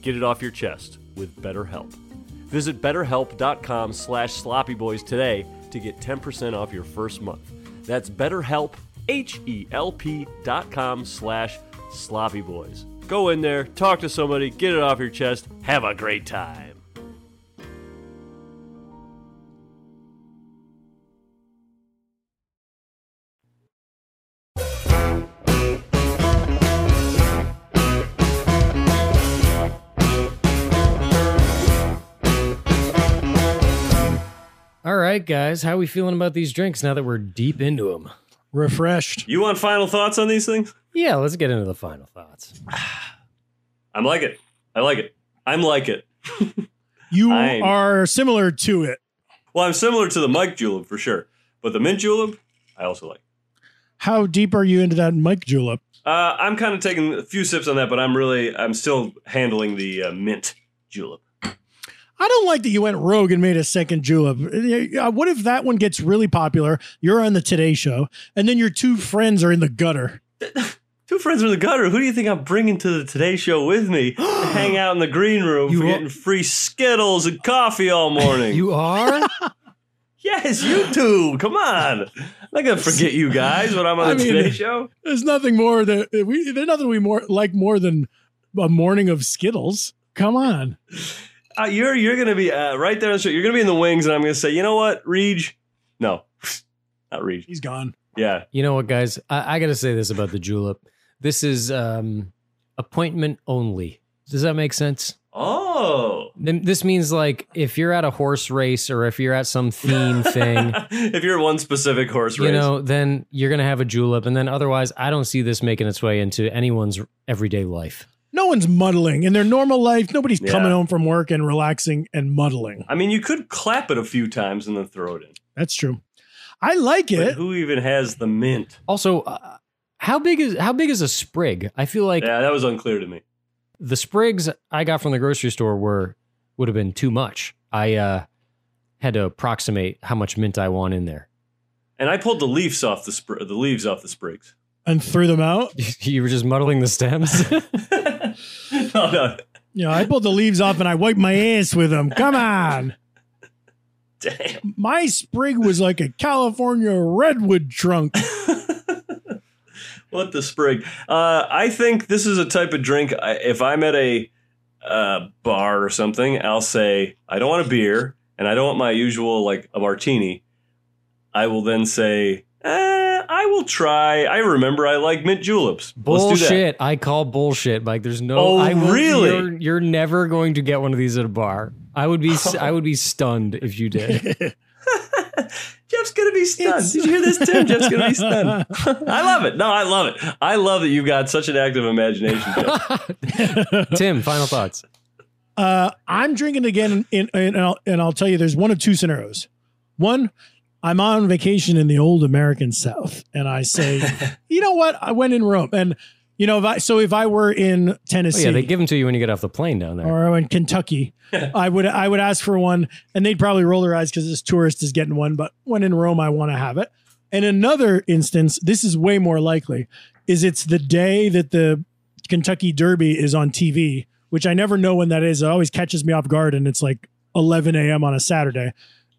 S6: get it off your chest with BetterHelp. Visit betterhelp.com slash sloppyboys today to get 10% off your first month. That's betterhelp, H-E-L-P dot com slash sloppyboys. Go in there, talk to somebody, get it off your chest, have a great time.
S1: All right, guys, how we feeling about these drinks now that we're deep into them?
S3: Refreshed.
S2: You want final thoughts on these things?
S1: Yeah, let's get into the final thoughts.
S2: I'm like it. I like it. I'm like it.
S3: You
S2: I'm-
S3: are similar to it.
S2: Well, I'm similar to the Mike julep for sure, but the mint julep, I also like.
S3: How deep are you into that Mike julep?
S2: Uh, I'm kind of taking a few sips on that, but I'm really, I'm still handling the uh, mint julep.
S3: I don't like that you went rogue and made a second julep. Uh, What if that one gets really popular? You're on the Today Show, and then your two friends are in the gutter.
S2: Two friends from the gutter. Who do you think I'm bringing to the Today Show with me? to hang out in the green room
S1: You
S2: for
S1: are-
S2: getting free Skittles and coffee all morning.
S1: You are?
S2: yes, you two. Come on. I'm not gonna forget you guys when I'm on
S3: I
S2: the
S3: mean-
S2: Today Show.
S3: There's nothing more that we. There's nothing we more like more than a morning of Skittles. Come on,
S2: Uh, you're you're gonna be uh, right there on the street. You're gonna be in the wings, and I'm gonna say, you know what, Reej? No, not Reej.
S3: he's gone.
S2: Yeah,
S1: You know what, guys? I, I got to say this about the julep. This is um, appointment only. Does that make sense?
S2: Oh.
S1: Then This means like if you're at a horse race or if you're at some theme thing,
S2: if you're one specific horse race.
S1: you know, then you're gonna have a julep, and then otherwise, I don't see this making its way into anyone's everyday life.
S3: No one's muddling in their normal life. Nobody's
S2: Yeah.
S3: coming home from work and relaxing and muddling.
S2: I mean, you could clap it a few times and then throw it in.
S3: That's true. I like
S2: But
S3: it.
S2: who even has the mint?
S1: Also, uh, how big is how big is a sprig? I feel like
S2: yeah, that was unclear to me.
S1: the sprigs I got from the grocery store were would have been too much. I uh, had to approximate how much mint I want in there.
S2: And I pulled the leaves off the spr- the leaves off the sprigs.
S3: And threw them out.
S1: You were just muddling the stems.
S2: no, no,
S3: You know, I pulled the leaves off and I wiped my ass with them. Come on.
S2: damn.
S3: My sprig was like a California redwood trunk.
S2: What the sprig? Uh, I think this is a type of drink. I, if I'm at a uh, bar or something, I'll say I don't want a beer and I don't want my usual like a martini. I will then say eh, I will try. I remember I like mint juleps. Let's do that.
S1: bullshit. I call bullshit. Mike, there's no.
S2: Oh,
S1: I will-
S2: really?
S1: You're, you're never going to get one of these at a bar. I would be. I would be stunned if you did.
S2: Jeff's gonna be stunned.
S3: It's-
S2: Did you hear this, Tim? Jeff's gonna be stunned. I love it. No, I love it. I love that you've got such an active imagination. Jeff.
S1: Tim, final thoughts.
S3: Uh, I'm drinking again, in, in, and, I'll, and I'll tell you there's one of two scenarios. One, I'm on vacation in the old American South, and I say, you know what? I went in Rome. And, you know, if I, so if I were in
S1: Oh,
S3: Tennessee,
S1: yeah, they give them to you when you get off the plane down there.
S3: or in Kentucky, I would I would ask for one, and they'd probably roll their eyes because this tourist is getting one. But when in Rome, I want to have it. And another instance, this is way more likely, is it's the day that the Kentucky Derby is on TV, which I never know when that is. It always catches me off guard, and it's like 11 a.m. on a Saturday,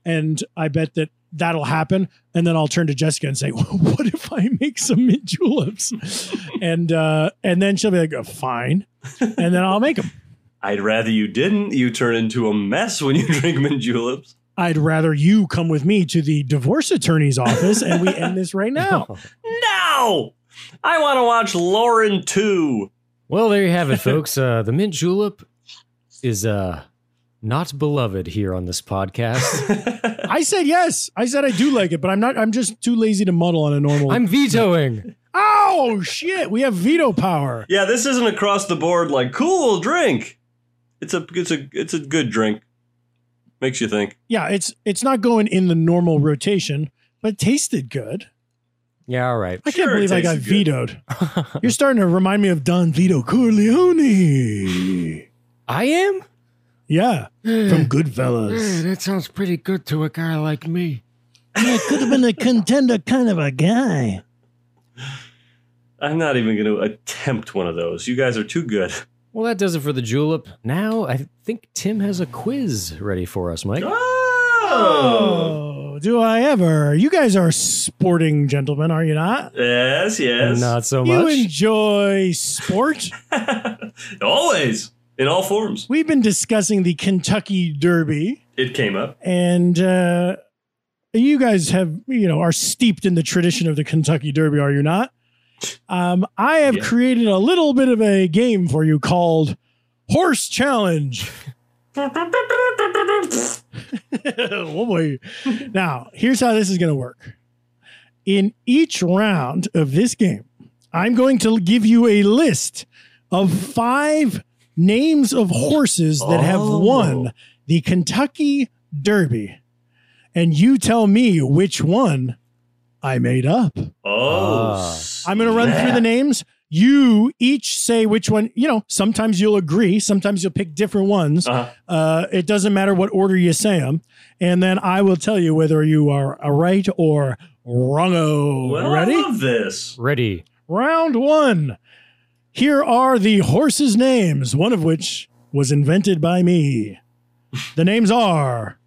S3: and I bet that that'll happen. And then I'll turn to Jessica and say, "What if I make some mint juleps?" and uh, and then she'll be like, "Oh, "Fine," and then I'll make them.
S2: I'd rather you didn't. You turn into a mess when you drink mint juleps.
S3: I'd rather you come with me to the divorce attorney's office and we end this right now.
S2: No! I want to watch Lauren 2.
S1: Well, there you have it, folks. Uh, the mint julep is uh, not beloved here on this podcast.
S3: I said yes. I said I do like it, but I'm not I'm just too lazy to muddle on a normal
S1: I'm vetoing.
S3: Oh shit, we have veto power.
S2: Yeah, this isn't across the board like cool drink. It's a it's a it's a good drink. Makes you think.
S3: Yeah, it's it's not going in the normal rotation, but it tasted good.
S1: Yeah, all right.
S3: I
S2: Sure, it
S3: can't believe I got
S2: tasted good.
S3: vetoed. You're starting to remind me of Don Vito Corleone.
S1: I am?
S3: Yeah, from Goodfellas.
S1: that sounds pretty good to a guy like me.
S3: yeah, could have been a contender kind of a guy.
S2: I'm not even going to attempt one of those. You guys are too good.
S1: Well, that does it for the julep. Now, I think Tim has a quiz ready for us, Mike.
S2: Oh.
S3: Oh, do I ever? You guys are sporting gentlemen, are you not?
S2: Yes, yes.
S1: Not so
S3: You
S1: much.
S3: enjoy sport.
S2: Always in all forms.
S3: We've been discussing the Kentucky Derby,
S2: It came up.
S3: and uh, you guys have, you know, are steeped in the tradition of the Kentucky Derby, are you not? Um, I have
S2: Yeah.
S3: created a little bit of a game for you called Horse Challenge. oh boy. Now, here's how this is going to work. In each round of this game, I'm going to give you a list of five names of horses that have
S2: Oh.
S3: won the Kentucky Derby. And you tell me which one I made up.
S2: Oh.
S1: Ah.
S3: I'm going to run through the names. You each say which one, you know, sometimes you'll agree, sometimes you'll pick different ones.
S2: Uh-huh.
S3: Uh, it doesn't matter what order you say them. And then I will tell you whether you are a right or wrongo.
S2: Well,
S3: Ready?
S2: I love this.
S1: Ready.
S3: Round one. Here are the horses' names, one of which was invented by me. the names are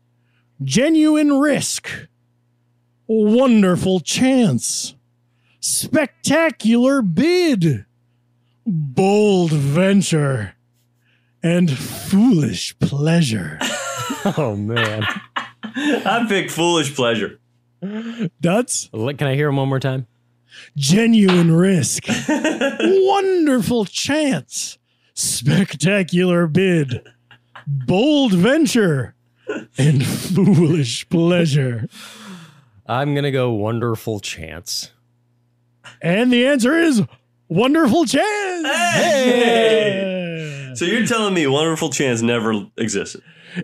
S3: Genuine Risk, Wonderful Chance, Spectacular Bid, Bold Venture, and Foolish Pleasure.
S1: Oh, man.
S2: I pick foolish pleasure.
S3: That's
S1: Let- Can I hear him one more time?
S3: Genuine Risk, Wonderful Chance, Spectacular Bid, Bold Venture, and Foolish Pleasure.
S1: I'm going to go wonderful chance.
S3: And the answer is Wonderful Chance.
S2: Hey! So you're telling me wonderful chance never existed.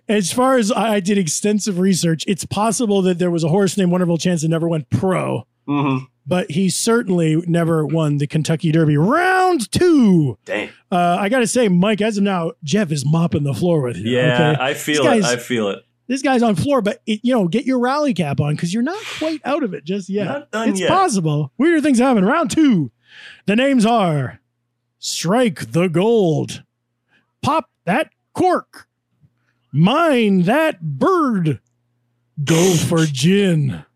S3: As far as I I did extensive research, it's possible that there was a horse named Wonderful Chance that never went pro,
S2: Mm-hmm.
S3: but he certainly never won the Kentucky Derby. Round two.
S2: Dang.
S3: Uh, I got to say, Mike, as of now, Jeff is mopping the floor with you.
S2: Yeah,
S3: okay?
S2: I feel
S3: This
S2: it.
S3: guy's-
S2: I feel it.
S3: this guy's on floor, but it, you know, get your rally cap on because you're not quite out of it just yet.
S2: Not done
S3: it's
S2: yet.
S3: possible. Weirder things happen. Round two. The names are Strike the Gold, Pop That Cork, Mine That Bird, Go for Gin,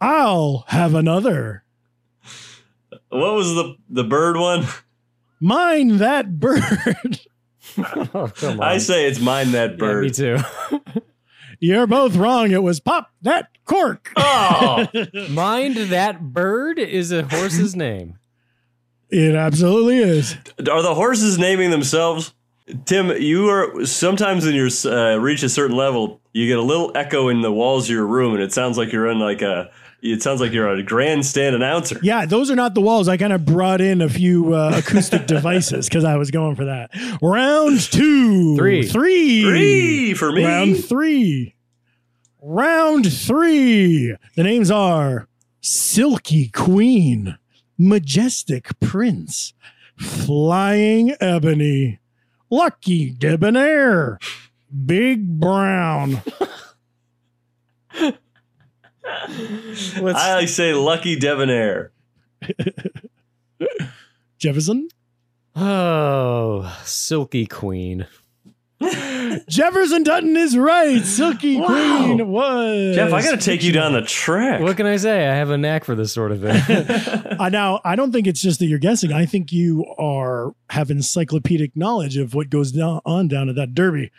S3: I'll Have Another,
S2: What was the the bird one?
S3: Mine That Bird.
S1: Oh, come on.
S2: I say it's mine that
S1: Yeah,
S2: bird.
S1: me too.
S3: You're both wrong. It was Pop That Cork.
S2: Oh,
S1: Mind that bird is a horse's name.
S3: It absolutely is.
S2: are the horses naming themselves? Tim, you are sometimes when you uh, reach a certain level, you get a little echo in the walls of your room, and it sounds like you're in like a. It sounds like you're a grandstand announcer.
S3: Yeah, those are not the walls. I kind of brought in a few uh, acoustic devices because I was going for that. Round two,
S1: Three.
S3: three,
S2: Three for me.
S3: round three, round three. The names are Silky Queen, Majestic Prince, Flying Ebony, Lucky Debonair, Big Brown.
S2: I say lucky debonair.
S3: Jefferson,
S1: Oh, silky queen.
S3: Jefferson Dutton is right. Silky Queen was.
S2: Jeff, I got to take you down the track.
S1: What can I say? I have a knack for this sort of thing.
S3: I now I don't think it's just that you're guessing. I think you are have encyclopedic knowledge of what goes down, on down at that derby.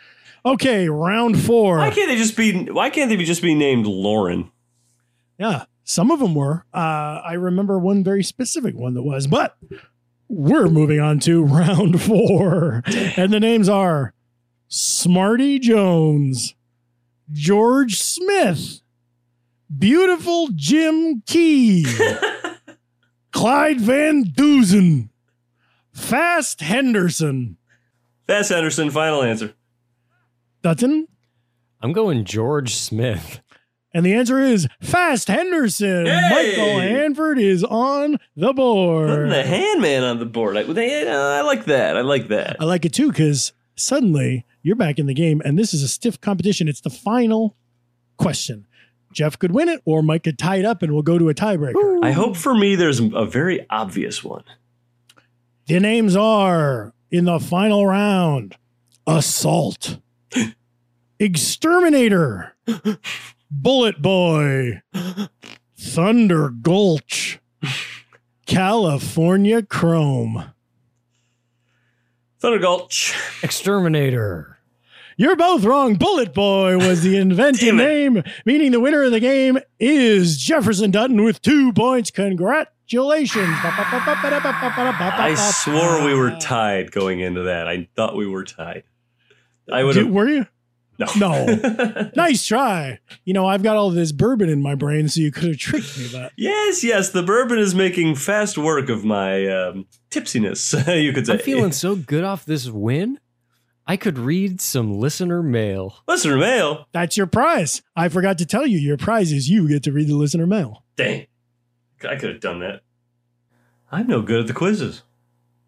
S3: Okay, round four.
S2: Why can't they just be? Why can't they be just be named Lauren?
S3: Yeah, some of them were. Uh, I remember one very specific one that was, but we're moving on to round four. And the names are Smarty Jones, George Smith, Beautiful Jim Key, Clyde Van Duzen, Fast Henderson.
S2: Fast Henderson. Final answer.
S3: Dutton?
S1: I'm going George Smith.
S3: And the answer is Fast Henderson.
S2: Hey!
S3: Michael Hanford is on the board.
S2: Putting the handman on the board. I, they, uh, I like that. I like that.
S3: I like it too because suddenly you're back in the game, and this is a stiff competition. It's the final question. Jeff could win it, or Mike could tie it up, and we'll go to a tiebreaker.
S2: I hope for me there's a very obvious one.
S3: The names are in the final round Assault, Exterminator, Bullet Boy, Thunder Gulch, California Chrome.
S2: Thunder Gulch.
S1: Exterminator.
S3: You're both wrong. Bullet Boy was the invented
S2: Damn it.
S3: name, meaning the winner of the game is Jefferson Dutton with two points. Congratulations.
S2: I
S3: I
S2: swore we were tied going into that. I thought we were tied. I would
S3: Did,
S2: have.
S3: were you?
S2: No.
S3: No. Nice try. You know, I've got all this bourbon in my brain, so you could have tricked me, but
S2: yes, yes. The bourbon is making fast work of my um, tipsiness, you could say.
S1: I'm feeling so good off this win. I could read some listener mail.
S2: Listener mail.
S3: that's your prize. I forgot to tell you, your prize is you get to read the listener mail.
S2: Dang. I could have done that. I'm no good at the quizzes.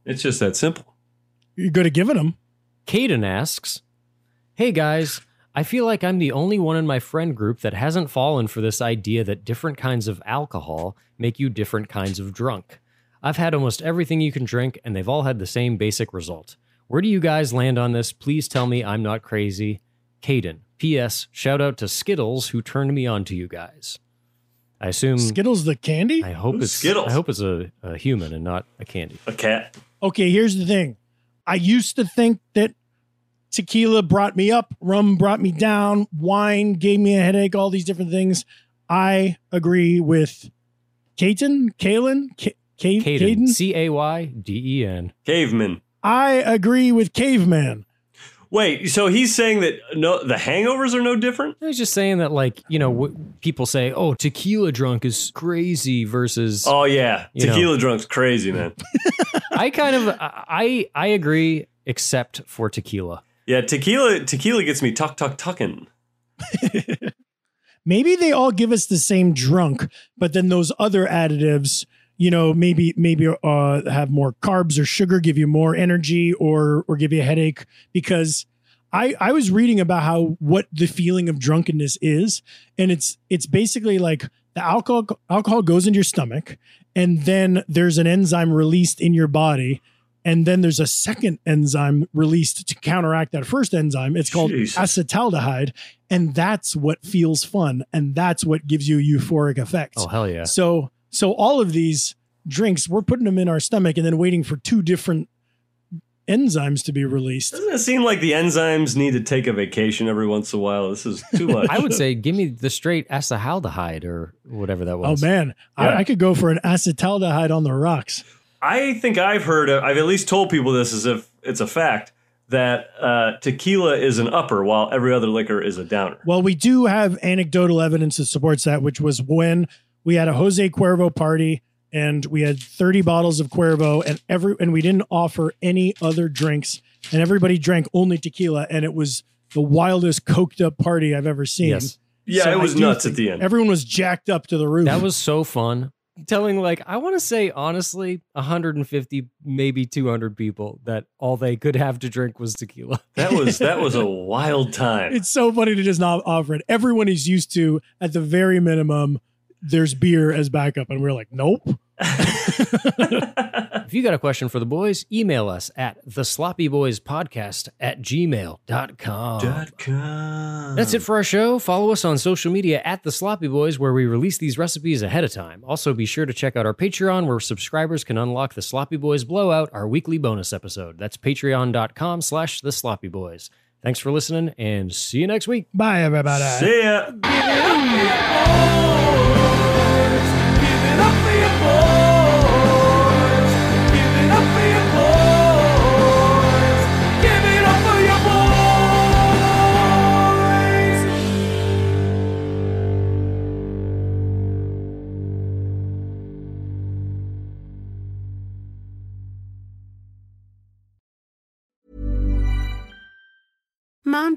S2: It's just that simple.
S3: You're good at giving them.
S1: Caden asks, Hey guys, I feel like I'm the only one in my friend group that hasn't fallen for this idea that different kinds of alcohol make you different kinds of drunk. I've had almost everything you can drink, and they've all had the same basic result. Where do you guys land on this? Please tell me I'm not crazy. Caden, P.S. Shout out to Skittles who turned me on to you guys. I assume.
S3: Skittles the candy?
S1: I hope
S2: Who's
S1: it's
S2: Skittles?
S1: I hope it's a, a human and not a candy.
S2: A cat.
S3: okay, here's the thing. I used to think that tequila brought me up, rum brought me down, wine gave me a headache, all these different things. I agree with Caton, Kalen, Ca- Ca-
S1: Caden,
S3: Caden.
S1: C A Y D E N.
S2: Caveman.
S3: I agree with Caveman.
S2: Wait, so he's saying that no, the hangovers are no different?
S1: I was just saying that, like, you know, w- people say, oh, tequila drunk is crazy versus.
S2: Oh, yeah.
S1: You know.
S2: Tequila drunk's crazy, man.
S1: I kind of, I, I agree, except for tequila.
S2: Yeah, tequila tequila gets me tuck tuck tucking.
S3: maybe they all give us the same drunk, but then those other additives, you know, maybe maybe uh, have more carbs or sugar, give you more energy or or give you a headache. Because I I was reading about how what the feeling of drunkenness is, and it's it's basically like the alcohol alcohol goes into your stomach, and then there's an enzyme released in your body. And then there's a second enzyme released to counteract that first enzyme. It's called
S2: Jesus.
S3: acetaldehyde and that's what feels fun and that's what gives you euphoric effects
S1: Oh, hell yeah.
S3: so so all of these drinks we're putting them in our stomach and then waiting for two different enzymes to be released
S2: Doesn't it seem like the enzymes need to take a vacation every once in a while? This is too much.
S1: I would say, give me the straight acetaldehyde or whatever that
S3: oh
S1: was.
S3: man
S2: Yeah.
S3: I, I could go for an acetaldehyde on the rocks
S2: I think I've heard, I've at least told people this as if it's a fact that uh, tequila is an upper while every other liquor is a downer.
S3: well we do have anecdotal evidence that supports that which was when we had a jose cuervo party and we had 30 bottles of cuervo and every and we didn't offer any other drinks and everybody drank only tequila and it was the wildest coked up party i've ever seen
S1: Yes.
S2: Yeah,
S3: So
S2: it
S3: I
S2: was
S3: do
S2: nuts
S3: think
S2: at the end.
S3: Everyone was jacked up to the roof.
S1: That was so fun. Telling, like, I want to say, honestly, 150, maybe 200 people that all they could have to drink was tequila.
S2: that was that was a wild time.
S3: It's so funny to just not offer it. Everyone is used to, at the very minimum, there's beer as backup, and we're like, nope,
S1: If you got a question for the boys, email us at the sloppy boys podcast at gmail.com. That's it for our show. Follow us on social media at The Sloppy Boys, where we release these recipes ahead of time. Also, be sure to check out our Patreon, where subscribers can unlock The Sloppy Boys Blowout, our weekly bonus episode. That's patreon.com slash The Sloppy Boys. Thanks for listening, and see you next week.
S3: Bye, everybody.
S7: See ya.
S2: Mom